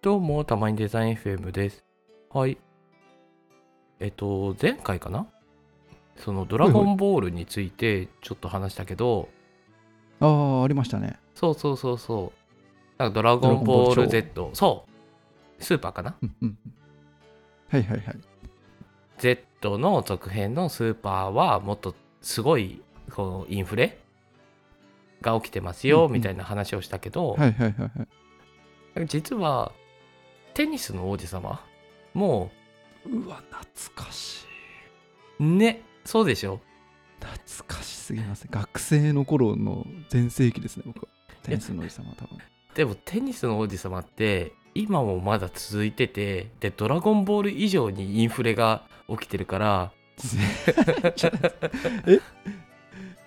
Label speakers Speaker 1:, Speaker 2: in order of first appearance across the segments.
Speaker 1: どうも、たまにデザイン FM です。はい。えっと、前回かなそのドラゴンボールについてちょっと話したけど、
Speaker 2: ああ、ありましたね。
Speaker 1: そうそうそうそう。なんかドラゴンボール Z、そう、スーパーかな
Speaker 2: うんうんはいはいはい。
Speaker 1: ?Z の続編のスーパーはもっとすごいこうインフレが起きてます
Speaker 2: うん
Speaker 1: よ
Speaker 2: うん
Speaker 1: みたいな話をしたけど、
Speaker 2: はいはいはいはい。
Speaker 1: 実はテニスの王子様も
Speaker 2: うわ、懐かしい。
Speaker 1: うねそうでしょ
Speaker 2: 懐かしすぎますね。学生の頃の全盛期ですね、僕は。テニスの王子様は多分。
Speaker 1: でもテニスの王子様って今もまだ続いててでドラゴンボール以上にインフレが起きてるから
Speaker 2: え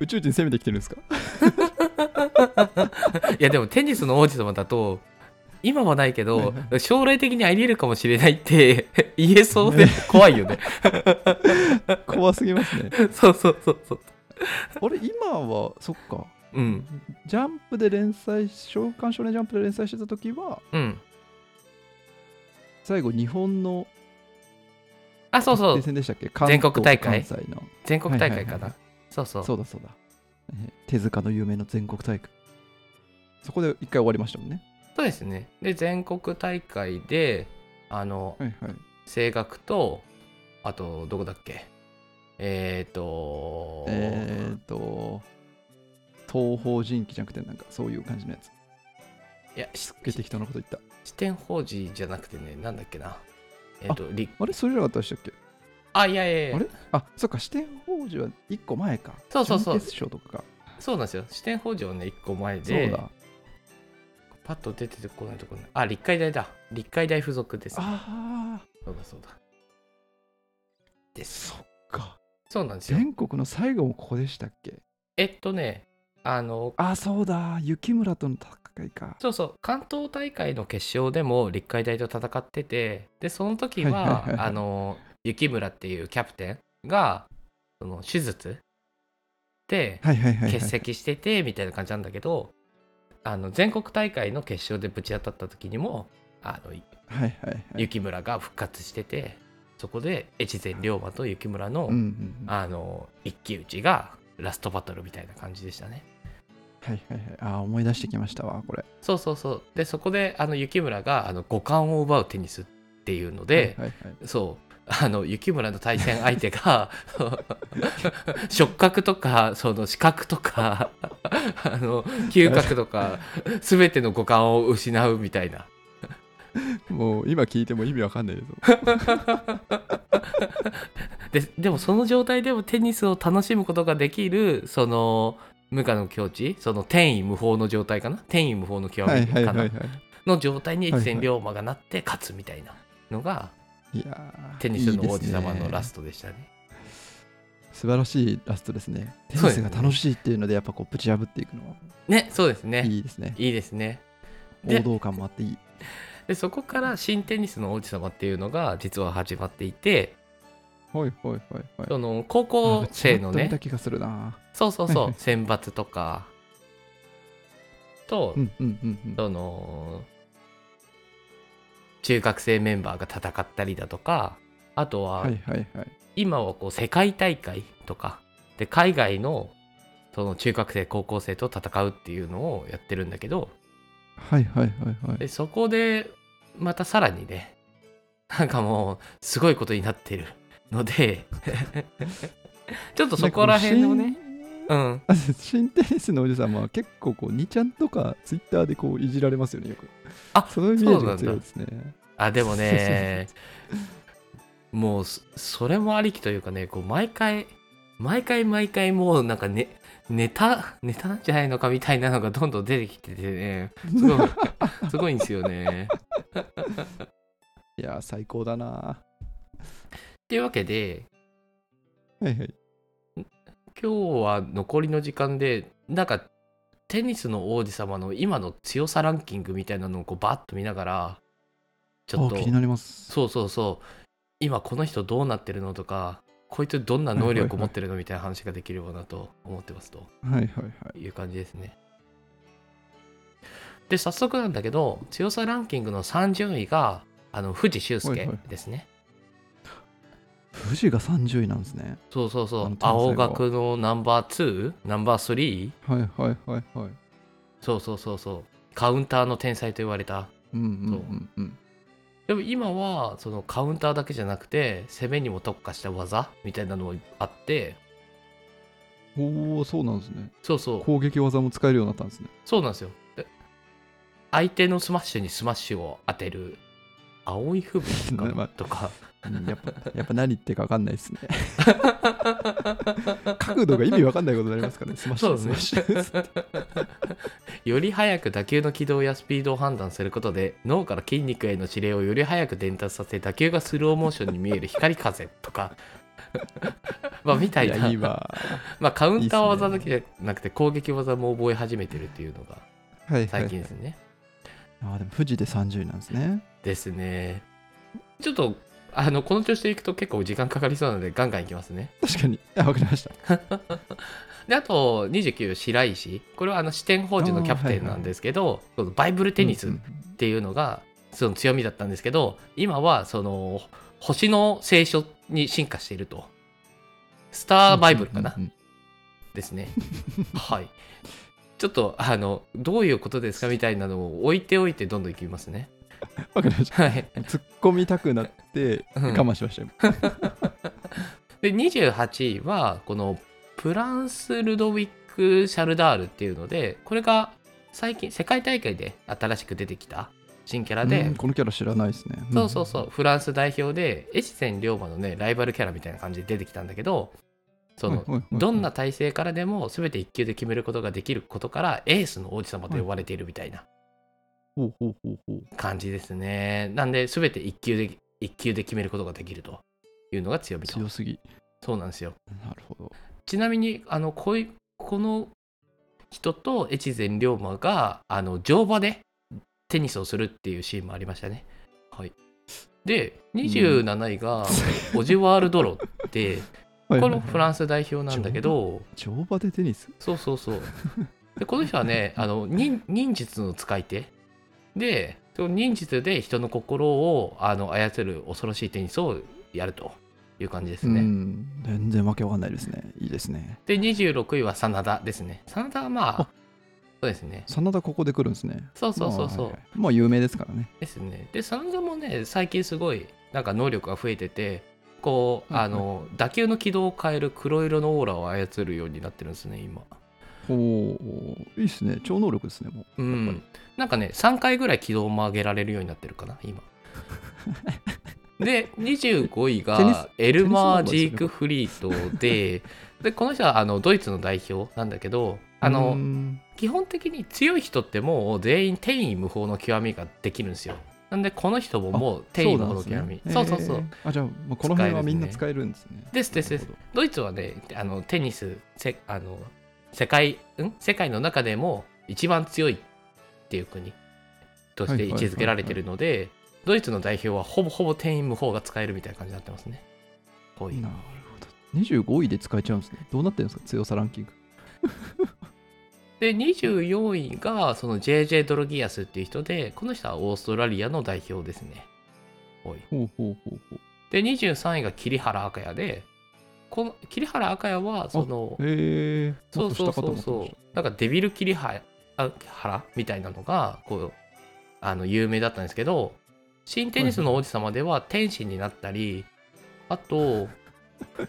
Speaker 2: 宇宙人攻めてきてるんですか
Speaker 1: いやでもテニスの王子様だと今はないけ
Speaker 2: は
Speaker 1: ど
Speaker 2: いは
Speaker 1: 将来的にありえるかもしれないって 言えそうで怖いよね
Speaker 2: 怖すぎますね。
Speaker 1: そうそうそうそう
Speaker 2: あれ、今は、そっか。
Speaker 1: うん
Speaker 2: ジャンプで連載、週刊少年ジャンプで連載してた時は、
Speaker 1: うん
Speaker 2: 最後、日本の
Speaker 1: あそうそ
Speaker 2: 決定
Speaker 1: う
Speaker 2: 戦でしたっけ関
Speaker 1: 全国大会
Speaker 2: 東と関西の。
Speaker 1: 全国大会か
Speaker 2: はいはいはい
Speaker 1: なそうそう
Speaker 2: そうだそうだ。えー手塚の有名な全国大会。そこで一回終わりましたもんね。
Speaker 1: そうですねで全国大会であの
Speaker 2: はいはい。
Speaker 1: 声楽とあとどこだっけえっ、ー、と
Speaker 2: えっと、東方神起じゃなくて、なんかそういう感じのやつ。
Speaker 1: いやし
Speaker 2: すっげえ適当なこと言った。
Speaker 1: 視点法事じゃなくてねなんだっけなえっ、とり
Speaker 2: あれそれじゃなかったでしたっけ
Speaker 1: あいやいやいや
Speaker 2: あれあ、そっか、四天王寺は一個前か。
Speaker 1: そうそうそう
Speaker 2: 準決勝とかか。
Speaker 1: そうなんですよ視点法事はね一個前
Speaker 2: そう
Speaker 1: で
Speaker 2: だ。
Speaker 1: パッと出てこないところあ立海大だ立海大附属です
Speaker 2: ああ、
Speaker 1: そうだそうだです
Speaker 2: そっか。
Speaker 1: そうなんですよ
Speaker 2: 全国の最後もここでしたっけ
Speaker 1: えっとねあの
Speaker 2: あ、そうだ。雪村との戦いか。
Speaker 1: そうそう関東大会の決勝でも立海大と戦っててでその時は,、
Speaker 2: はいはいはいはい
Speaker 1: あの雪村っていうキャプテンがその手術で
Speaker 2: はいはいはい、はい。
Speaker 1: 欠席して てみたいな感じなんだけど、あの全国大会の決勝でぶち当たった時にもあの
Speaker 2: はいはいはい。
Speaker 1: 雪村が復活しててそこで越前龍馬と雪村の、
Speaker 2: うんうんうん。
Speaker 1: あの一騎打ちがラストバトルみたいな感じでしたね。
Speaker 2: はいはいはい。あー思い出してきましたわ、これ。
Speaker 1: そうそうそうでそこであの雪村があの五冠を奪うテニスっていうので、
Speaker 2: は いはいはい
Speaker 1: そうあの雪村の対戦相手が 触覚とかその視覚とかあの嗅覚とか全ての五感を失うみたいな
Speaker 2: もう今聞いても意味わかん ないです。
Speaker 1: ででもその状態でもテニスを楽しむことができるその無我の境地その天意無法の状態かな天意無法の極
Speaker 2: はい
Speaker 1: み
Speaker 2: はい
Speaker 1: か
Speaker 2: はいは。
Speaker 1: ないの状態に
Speaker 2: はいは
Speaker 1: 越
Speaker 2: い
Speaker 1: 前龍馬がなって勝つみたいなのが
Speaker 2: いやー
Speaker 1: テニスの王子様のラ
Speaker 2: いいですね
Speaker 1: ストでしたね。
Speaker 2: 素晴らしいラストですね。テ
Speaker 1: そう
Speaker 2: ニ
Speaker 1: です
Speaker 2: ス
Speaker 1: ね
Speaker 2: が楽しいっていうので、やっぱこう、ぶち破っていくのは
Speaker 1: ねそうですね
Speaker 2: いいですね。
Speaker 1: いいですね。で
Speaker 2: 王道感もあっていい。
Speaker 1: でそこから新テニスの王子様っていうのが実は始まっていて
Speaker 2: はいはいはいはい。
Speaker 1: その高校生の
Speaker 2: あーちょっと見た
Speaker 1: ね
Speaker 2: 気がするな。
Speaker 1: そうそう
Speaker 2: はい
Speaker 1: そ
Speaker 2: は
Speaker 1: う
Speaker 2: い
Speaker 1: 選抜とかと
Speaker 2: うんうんうんうん。
Speaker 1: その中学生メンバーが戦ったりだとかあとは
Speaker 2: はいはいはい。
Speaker 1: 今はこう世界大会とかで海外のその中学生高校生と戦うっていうのをやってるんだけど
Speaker 2: はいはいはいはい。
Speaker 1: でそこでまたさらにね なんかもうすごいことになってるので ちょっとそこら辺のねうん
Speaker 2: なんかこう。新新テニスのおじさんは結構こう、2ちゃんとかツイッターでこう、いじられますよね、よく。
Speaker 1: あ
Speaker 2: そのイメージが強いですね。
Speaker 1: あでもねもうそそれもありきというかねこう毎回毎回毎回もうなんかねネタネタなんじゃないのかみたいなのがどんどん出てきててねすごいすごいんですよね。っ
Speaker 2: いやー、最高だな。
Speaker 1: ていうわけで
Speaker 2: はいはい。
Speaker 1: 今日は残りの時間でなんかテニスの王子様の今の強さランキングみたいなのをこうバッと見ながらちょっ
Speaker 2: あ
Speaker 1: と
Speaker 2: ー気になります。
Speaker 1: そうそうそう今この人どうなってるのとかこいつどんな能力を持ってるのみたいな話ができればなと思ってますと
Speaker 2: はいはいはい。
Speaker 1: いう感じですね。で早速なんだけど強さランキングの30位があの藤修介ですね、
Speaker 2: 富士が30位なんですね
Speaker 1: そうそうそ
Speaker 2: あの
Speaker 1: う
Speaker 2: 天才は
Speaker 1: 青学のナンバー2ナンバー3
Speaker 2: はいはいはいはい
Speaker 1: そうそうそうそうカウンターの天才と言われた
Speaker 2: うんうんうんうん
Speaker 1: でも今はそのカウンターだけじゃなくて攻めにも特化した技みたいなのもあって
Speaker 2: おおそうなんですね
Speaker 1: そうそう
Speaker 2: 攻撃技も使えるようになったんですね
Speaker 1: そうなんですよで相手のスマッシュにスマッシュを当てる青い吹雪か
Speaker 2: ま
Speaker 1: な
Speaker 2: あ
Speaker 1: とか
Speaker 2: うんやっ ぱやっぱ何言ってるか分かんないですね角度が意味分かんないことになりますからねスマッ シ
Speaker 1: そう
Speaker 2: ュ
Speaker 1: で
Speaker 2: ス
Speaker 1: す
Speaker 2: マ
Speaker 1: ね
Speaker 2: ッシュ
Speaker 1: より早く打球の軌道やスピードを判断することで脳から筋肉への指令をより早く伝達させ打球がスローモーションに見える光風と かまあみたい
Speaker 2: い
Speaker 1: な
Speaker 2: やいいわ
Speaker 1: まあ、カウンター技
Speaker 2: いい
Speaker 1: だ
Speaker 2: っす
Speaker 1: けじゃなくて攻撃技も覚え始めてるっていうのが
Speaker 2: はいはい、
Speaker 1: 最近
Speaker 2: は
Speaker 1: で
Speaker 2: い
Speaker 1: す ね。
Speaker 2: あーでも富士で30位なんですね
Speaker 1: ですね。ちょっとあのこの調子でいくと結構時間かかりそうなのでガンガンいきますね。
Speaker 2: 確かにあ分かりました
Speaker 1: であと29白石これはあの視点保持のキャプテンなんですけど、そのバイブルテニス
Speaker 2: う
Speaker 1: っ
Speaker 2: ん
Speaker 1: ていうのがその強みだったんですけど今はその星の聖書に進化していると。スターバイブルかな、
Speaker 2: うんうん
Speaker 1: ですね。はい。ちょっとあのどういうことですかみたいなのを置いておいてどんどんいきますね。
Speaker 2: うんわかりました
Speaker 1: はい。
Speaker 2: 突っ込みたくなって
Speaker 1: うん
Speaker 2: 我慢しましたよ、
Speaker 1: で28位はこのプランス・ルドウィック・シャルダールっていうのでこれが最近世界大会で新しく出てきた新キャラで、
Speaker 2: うんこのキャラ知らないですね
Speaker 1: そうそうそううフランス代表でエシセン・リョーマのねライバルキャラみたいな感じで出てきたんだけどその、どんな体勢からでも全て1球で決めることができることからエースの王子様と呼ばれているみたいな
Speaker 2: ほうほうほうほう
Speaker 1: 感じですね。なんで、すべて1球で、一球で決めることができるというのが強みと。
Speaker 2: 強すぎ
Speaker 1: そうなんですよ。
Speaker 2: なるほど
Speaker 1: ちなみに、あの、こういう、この人と越前龍馬が、あの、乗馬でテニスをするっていうシーンもありましたね。はい。で、27位が、オジワールドロ って、
Speaker 2: はい
Speaker 1: こ
Speaker 2: は
Speaker 1: の
Speaker 2: いはい
Speaker 1: フランス代表なんだけど、
Speaker 2: 乗馬でテニス
Speaker 1: そうそうそう。で、この人はね、あの忍忍術の使い手で、その忍術で人の心をあの操る恐ろしいテニスをやるという感じですね。
Speaker 2: うん全然わけわかんないですねいいですね
Speaker 1: で、26位は真田ですね。真田はまあ
Speaker 2: あ、
Speaker 1: そうですね。
Speaker 2: 真田ここで来るんですね
Speaker 1: そうそうそうそう。
Speaker 2: まあはいはいまあ有名ですからね
Speaker 1: ですね。で、真田もね、最近すごい、なんか能力が増えてて、こう、
Speaker 2: はいは
Speaker 1: あ
Speaker 2: い
Speaker 1: の、打球の軌道を変える黒色のオーラを操るようになってるんですね、今。
Speaker 2: おおいいっすね超能力ですねもう
Speaker 1: うん、なんかね3回ぐらい軌道も上げられるようになってるかな 今で25位
Speaker 2: テニス
Speaker 1: がエルマー・ジークフリートで でこの人はあのドイツの代表なんだけどあ
Speaker 2: う
Speaker 1: の
Speaker 2: ん
Speaker 1: 基本的に強い人ってもう全員転移無法の極みができるんですよなんでこの人ももう転移無法の極みそう,、そうそう
Speaker 2: なんですねへーあじゃあまあこの辺はみんな
Speaker 1: 使
Speaker 2: 使えるんですね
Speaker 1: ですですです
Speaker 2: なるほ
Speaker 1: ドイツはねあのテニスせあの世界ん世界の中でも一番強いっていう国として位置づけられてるのでドイツの代表はほぼほぼ定員無法が使えるみたいな感じになってますね。こうい
Speaker 2: ど
Speaker 1: う
Speaker 2: なるほど25位で使えちゃうんですねどうなってるんですか強さランキング
Speaker 1: で24位がその JJ ドロギアスっていう人でこの人はオーストラリアの代表ですね。おい
Speaker 2: ほうほうほうほう
Speaker 1: で23位が桐原赤也でこの桐原赤也はその
Speaker 2: へえ
Speaker 1: そうそうそう
Speaker 2: もっと下かと思って
Speaker 1: そ
Speaker 2: まし
Speaker 1: う。なんかデビルキリハあラみたいなのがこうあの有名だったんですけど、新テニスの王子様では天使になったり、あと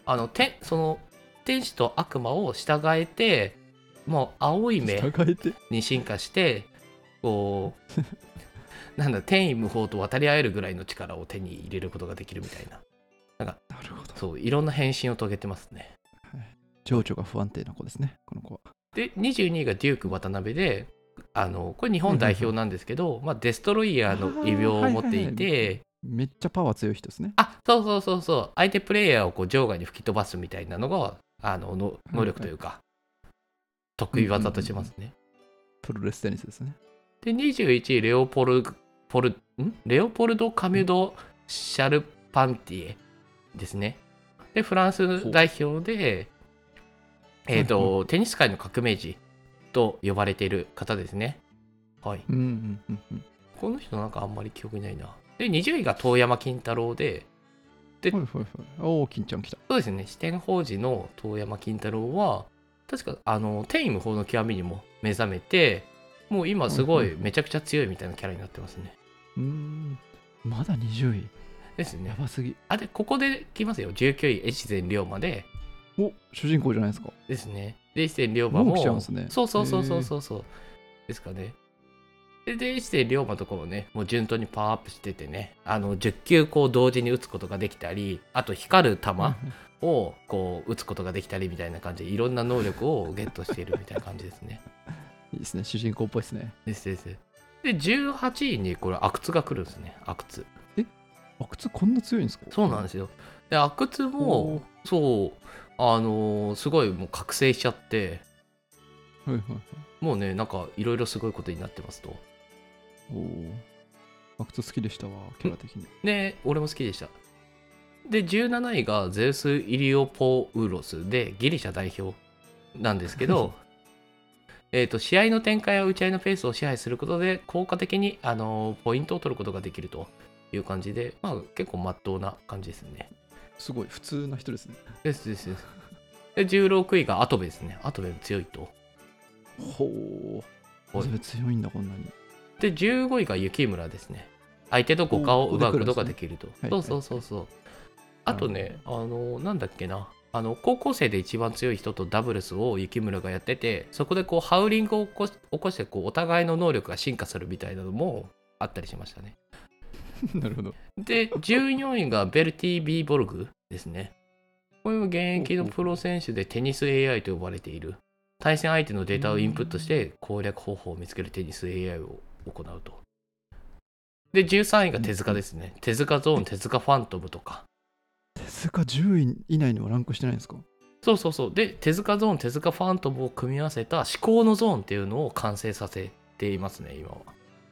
Speaker 1: あのてその天使と悪魔を従えて、もう青い目
Speaker 2: た従えて
Speaker 1: に進化して、こ うなんだ天意無法と渡り合えるぐらいの力を手に入れることができるみたいな、
Speaker 2: なるほど
Speaker 1: そういろんな変身を遂げてますね。
Speaker 2: 情緒が不安定な子ですねこの子は
Speaker 1: で22位がデューク渡辺であのこれ日本代表なんですけど、まあ、デストロイヤーの異病を持っていて、
Speaker 2: あーはいめっちゃパワー強い人ですね
Speaker 1: あそうそうそうそう相手プレイヤーをこう場外に吹き飛ばすみたいなのがあのの能力というか、得意技としますね。
Speaker 2: プロレステニスですね
Speaker 1: で21位レオポルポルんレオポルド・カミュド・シャルパンティエですね。でフランス代表で、えー、
Speaker 2: はい
Speaker 1: とテニス界の革命児と呼ばれている方ですね。はい、
Speaker 2: うんうんうんうん
Speaker 1: この人なんかあんまり記憶にないなで20位が遠山金太郎でで
Speaker 2: はいはいはいおお金ちゃん来た
Speaker 1: そうですね四天王寺の遠山金太郎は確かあの天意無法の極みにも目覚めてもう今すご
Speaker 2: うん
Speaker 1: い
Speaker 2: うんうん
Speaker 1: めちゃくちゃ強いみたいなキャラになってますね
Speaker 2: うーんまだ20位
Speaker 1: ですね
Speaker 2: やばすぎ
Speaker 1: あでここで来ますよ19位越前龍馬で
Speaker 2: お主人公じゃないですか
Speaker 1: ですね。で、一点龍馬も。
Speaker 2: もう来ちゃうんすね
Speaker 1: そうそうそうそうそうそう。ですかね。で、で一点龍馬とかもね、もう順当にパワーアップしててね、あの、10球こう同時に打つことができたり、あと光る球をこう打つことができたりみたいな感じで、いろんな能力をゲットしているみたいな感じですね。
Speaker 2: いいですね主人公っぽいですね
Speaker 1: ですです。で、18位にこれ、阿久津が来るんですね、阿久津。
Speaker 2: あ靴こんな強いんですか
Speaker 1: そうなんですすよ。で、阿久津も、そう、あのーすごいもう覚醒しちゃって、
Speaker 2: はいはいはい
Speaker 1: もうね、なんかいろいろすごいことになってますと。
Speaker 2: おおあ靴好きでしたわキャラ的に
Speaker 1: で、俺も好きでした。で、17位がゼウス・イリオポウロスでギリシャ代表なんですけど、えーと試合の展開や打ち合いのペースを支配することで効果的に、あのーポイントを取ることができるという感じで、まあ、結構まっとうな感じですね。
Speaker 2: すごい普通な人ですね
Speaker 1: ですですです。で、16位がアトベですね。アトベも強いと。
Speaker 2: ほうそれ強いんだこんなに
Speaker 1: で15位が雪村ですね相手の五感を奪うことができると
Speaker 2: はい
Speaker 1: そうそうそうそうあとねあのなんだっけなあの高校生で一番強い人とダブルスを雪村がやっててそこでこうハウリングを起こし起こしてこうお互いの能力が進化するみたいなのもあったりしましたね
Speaker 2: なるほど
Speaker 1: で14位がベルティ・ビーボルグですねこれも現役のプロ選手でテニス AI と呼ばれている対戦相手のデータをインプットして攻略方法を見つけるテニス AI を行うとで13位が手塚ですね手塚ゾーン手塚ファントムとか
Speaker 2: 手塚10位以内にはランクしてないんですか
Speaker 1: そうそうそうで手塚ゾーン手塚ファントムを組み合わせた思考のゾーンっていうのを完成させていますね今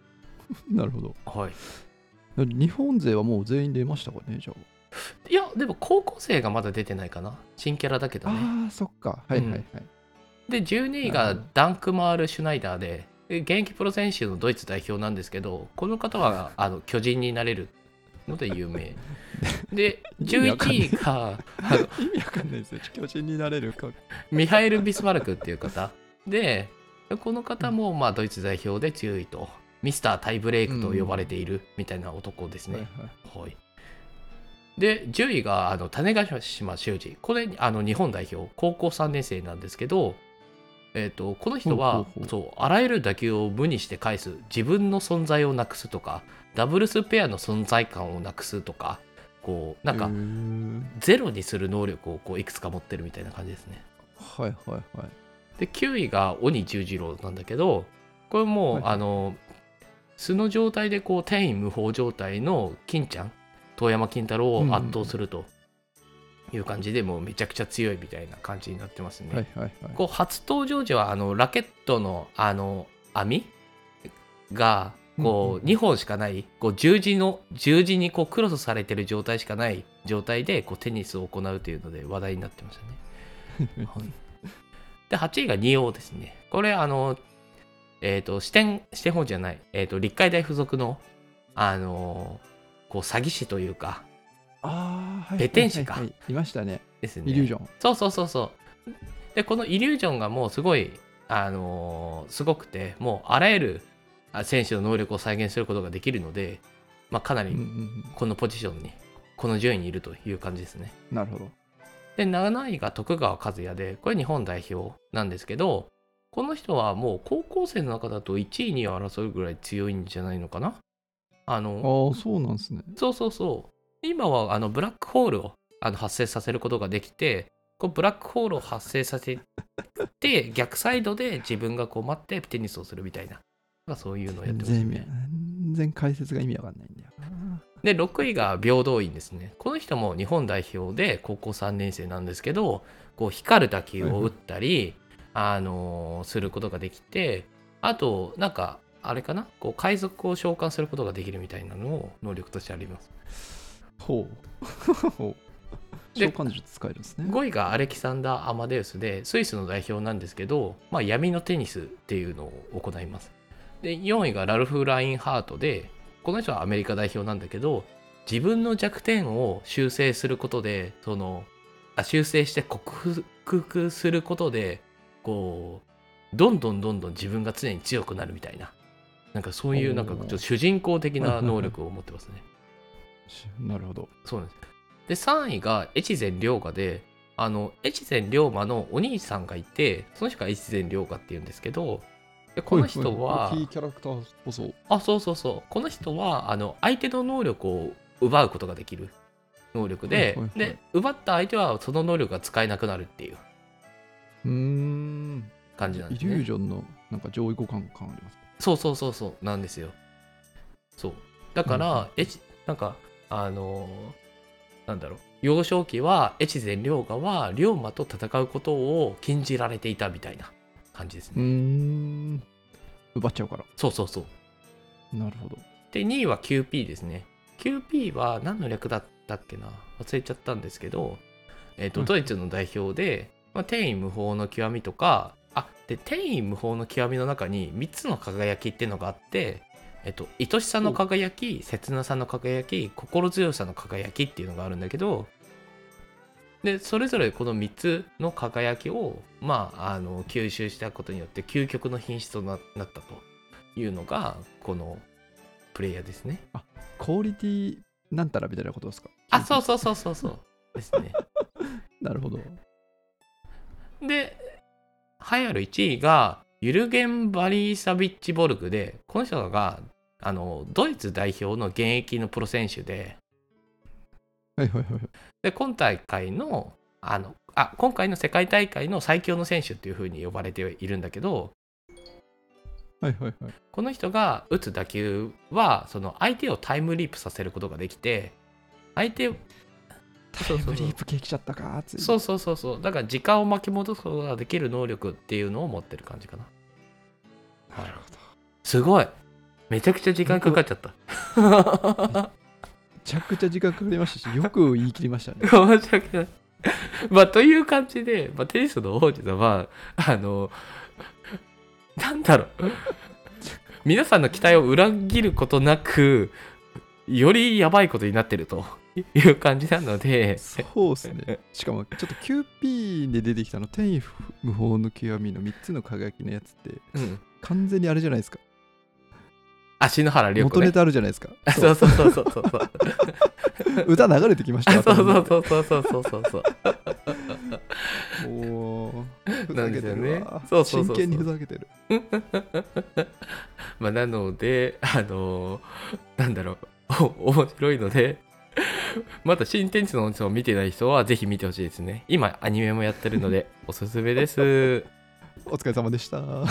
Speaker 2: なるほど
Speaker 1: ははい
Speaker 2: 日本勢はもう全員出ましたかねじゃあ
Speaker 1: いやでも高校生がまだ出てないかな新キャラだけどね
Speaker 2: ああそっかはいはいはい、
Speaker 1: で12位
Speaker 2: な
Speaker 1: が
Speaker 2: るほど
Speaker 1: ダンクマール・シュナイダーでで現役プロ選手のドイツ代表なんですけどこの方はあの巨人になれるので有 名で
Speaker 2: 意味わかんない
Speaker 1: 11位があの
Speaker 2: 意味わかんないですよ巨人になれるか
Speaker 1: ミハエル・ビスマルクっていう方でこの方もまあドイツ代表で強いとミスタータイブレイクと呼ばれているみたいな男ですね、はい、で10位があの種子島修二これあの日本代表高校3年生なんですけど、えー、とこの人
Speaker 2: ほう
Speaker 1: は
Speaker 2: ほうほう
Speaker 1: そうあらゆる打球を無にして返す自分の存在をなくすとかダブルスペアの存在感をなくすとかこうなんか
Speaker 2: ん
Speaker 1: ゼロにする能力をこういくつか持ってるみたいな感じですね。
Speaker 2: かはいはいはい
Speaker 1: で9位が鬼十次郎なんだけどこれもう、
Speaker 2: はい
Speaker 1: あの素の状態でこう天意無法状態の金ちゃん遠山金太郎を圧倒するという感じで、もうめちゃくちゃ強いみたいな感じになってますね。
Speaker 2: はいはいはい
Speaker 1: こう初登場時はあのラケットのあの網が
Speaker 2: うん
Speaker 1: こ
Speaker 2: うん
Speaker 1: う2本しかないこう十字の十字にこうクロスされてる状態しかない状態でこうテニスを行うというので話題になってましたね。で、8位が仁王ですね。これ、あの、えっ、と、支店、支店法じゃない、えっ、と、立海大附属の、あのーこう、詐欺師というか、
Speaker 2: ああはい
Speaker 1: ペテン師か
Speaker 2: はいはいはいいましたね
Speaker 1: ですね。
Speaker 2: イリュージョン
Speaker 1: そうそうそうそう。で、このイリュージョンがもうすごい、あのーすごくて、もうあらゆるあ選手の能力を再現することができるので、まあ、かな
Speaker 2: うんうん
Speaker 1: りこのポジションに、この順位にいるという感じですね。
Speaker 2: うんなるほど
Speaker 1: で7位が徳川和也でこれ日本代表なんですけどこの人はもう高校生の中だと1位に争うぐらい強いんじゃないのかなあの
Speaker 2: ああそうなんですね
Speaker 1: そうそうそう今はあのブラックホールをあの発生させることができてこうブラックホールを発生させて逆サイドで自分がこう待ってテニスをするみたいなまあそういうのをやって
Speaker 2: 全
Speaker 1: ます
Speaker 2: 然意味わ
Speaker 1: ね
Speaker 2: 全然解説が意味わかんないんだよな
Speaker 1: で6位が平等院ですねこの人も日本代表で高校3年生なんですけどこう光る打球を打ったり、あのーすることができてあとなんかあれかなこう海賊を召喚することができるみたいなのを能力としてあります
Speaker 2: ほ うほう召
Speaker 1: で
Speaker 2: 喚術使えるんですね
Speaker 1: 5位がアレキサンダー・アマデウスでスイスの代表なんですけど、まあ、闇のテニスっていうのを行いますで4位がラルフ・ラインハートでこの人はアメリカ代表なんだけど自分の弱点を修正することでそのあ修正して克服することでこうどんどんどんどん自分が常に強くなるみたいななんかそういうなんかちょっと主人公的な能力を持ってますね。
Speaker 2: しなるほど。
Speaker 1: そうなんです。で、3位が越前龍馬で、あの、越前龍馬のお兄さんがいて、その人が越前龍馬って言うんですけど、でこの人は、
Speaker 2: キーキャラクターこそ。
Speaker 1: あ、そうそうそう、この人は、あの、相手の能力を奪うことができる能力で、
Speaker 2: はいはいはい
Speaker 1: で、奪った相手はその能力が使えなくなるっていう
Speaker 2: うーん。
Speaker 1: 感じなん
Speaker 2: イ
Speaker 1: です
Speaker 2: リュー
Speaker 1: ね。
Speaker 2: ジョンのなんか上位互換感あります。
Speaker 1: そうそうそうそう、なんですよ。そう。だから、越なんか、あのーなんだろう。幼少期は越前龍河は龍馬と戦うことを禁じられていたみたいな感じです
Speaker 2: うー
Speaker 1: ね。
Speaker 2: ん。奪っちゃうから。
Speaker 1: そうそうそう。
Speaker 2: なるほど。
Speaker 1: で、2位は QP ですね。QP は何の略だったっけな忘れちゃったんですけど、えっ、と、
Speaker 2: うん
Speaker 1: ドイツの代表で、まあ、天意無法の極みとか、あ、で、天意無法の極みの中に3つの輝きっていうのがあって、えっ、と、愛しさの輝き、切なさの輝き、心強さの輝きっていうのがあるんだけど、で、それぞれこの3つの輝きを、まあ、あの、吸収したことによって、究極の品質とななったというのが、このプレイヤーですね。
Speaker 2: クオリティなんたらみたいなことですか
Speaker 1: あ、そうそうそうそうそう。ですね。
Speaker 2: なるほど。
Speaker 1: で、栄えある1位が、ユルゲン・バリーサビッチ・ボルクで、この人が、あの、ドイツ代表の現役のプロ選手で、
Speaker 2: はいはいはいはい。
Speaker 1: で、今大会の、あの、あ、今回の世界大会の最強の選手っていう風に呼ばれているんだけど、
Speaker 2: はいはいはい。
Speaker 1: この人が打つ打球は、その相手をタイムリープさせることができて、相手を
Speaker 2: タイムリープできちゃったか、ついに
Speaker 1: そうそうそうそうだから時間を巻き戻すことができる能力っていうのを持ってる感じかな
Speaker 2: なるほど。
Speaker 1: すごいめちゃくちゃ時間かかっちゃった
Speaker 2: めちゃくちゃ時間かかりましたし、よく言い切りましたね。
Speaker 1: 申し訳ないまあという感じで、まあ、テニスの王子様あのなんだろう皆さんの期待を裏切ることなくよりやばいことになってるという感じなので
Speaker 2: そうですね。しかも、ちょっと QP で出てきたあの、天衣無法の極みの3つの輝きのやつって、
Speaker 1: うん
Speaker 2: 完全にあれじゃないですか。
Speaker 1: あ篠原涼子
Speaker 2: 元ネ
Speaker 1: ね
Speaker 2: タあるじゃないですか。
Speaker 1: そうそうそうそうそうそう
Speaker 2: 歌流れてきました よ。
Speaker 1: そう
Speaker 2: 頭の中で
Speaker 1: そうそうそうそうそうそう
Speaker 2: おーふ
Speaker 1: な
Speaker 2: ざ
Speaker 1: んです
Speaker 2: けて
Speaker 1: よ
Speaker 2: る
Speaker 1: ね
Speaker 2: わ
Speaker 1: そうそうそうそう
Speaker 2: 真剣にふざけてる。
Speaker 1: まあなのであのなんだろう お面白いのでまだ新天地のおじさんを見てない人はぜひ見てほしいですね今アニメもやってるのでおすすめです
Speaker 2: お疲れ様でした。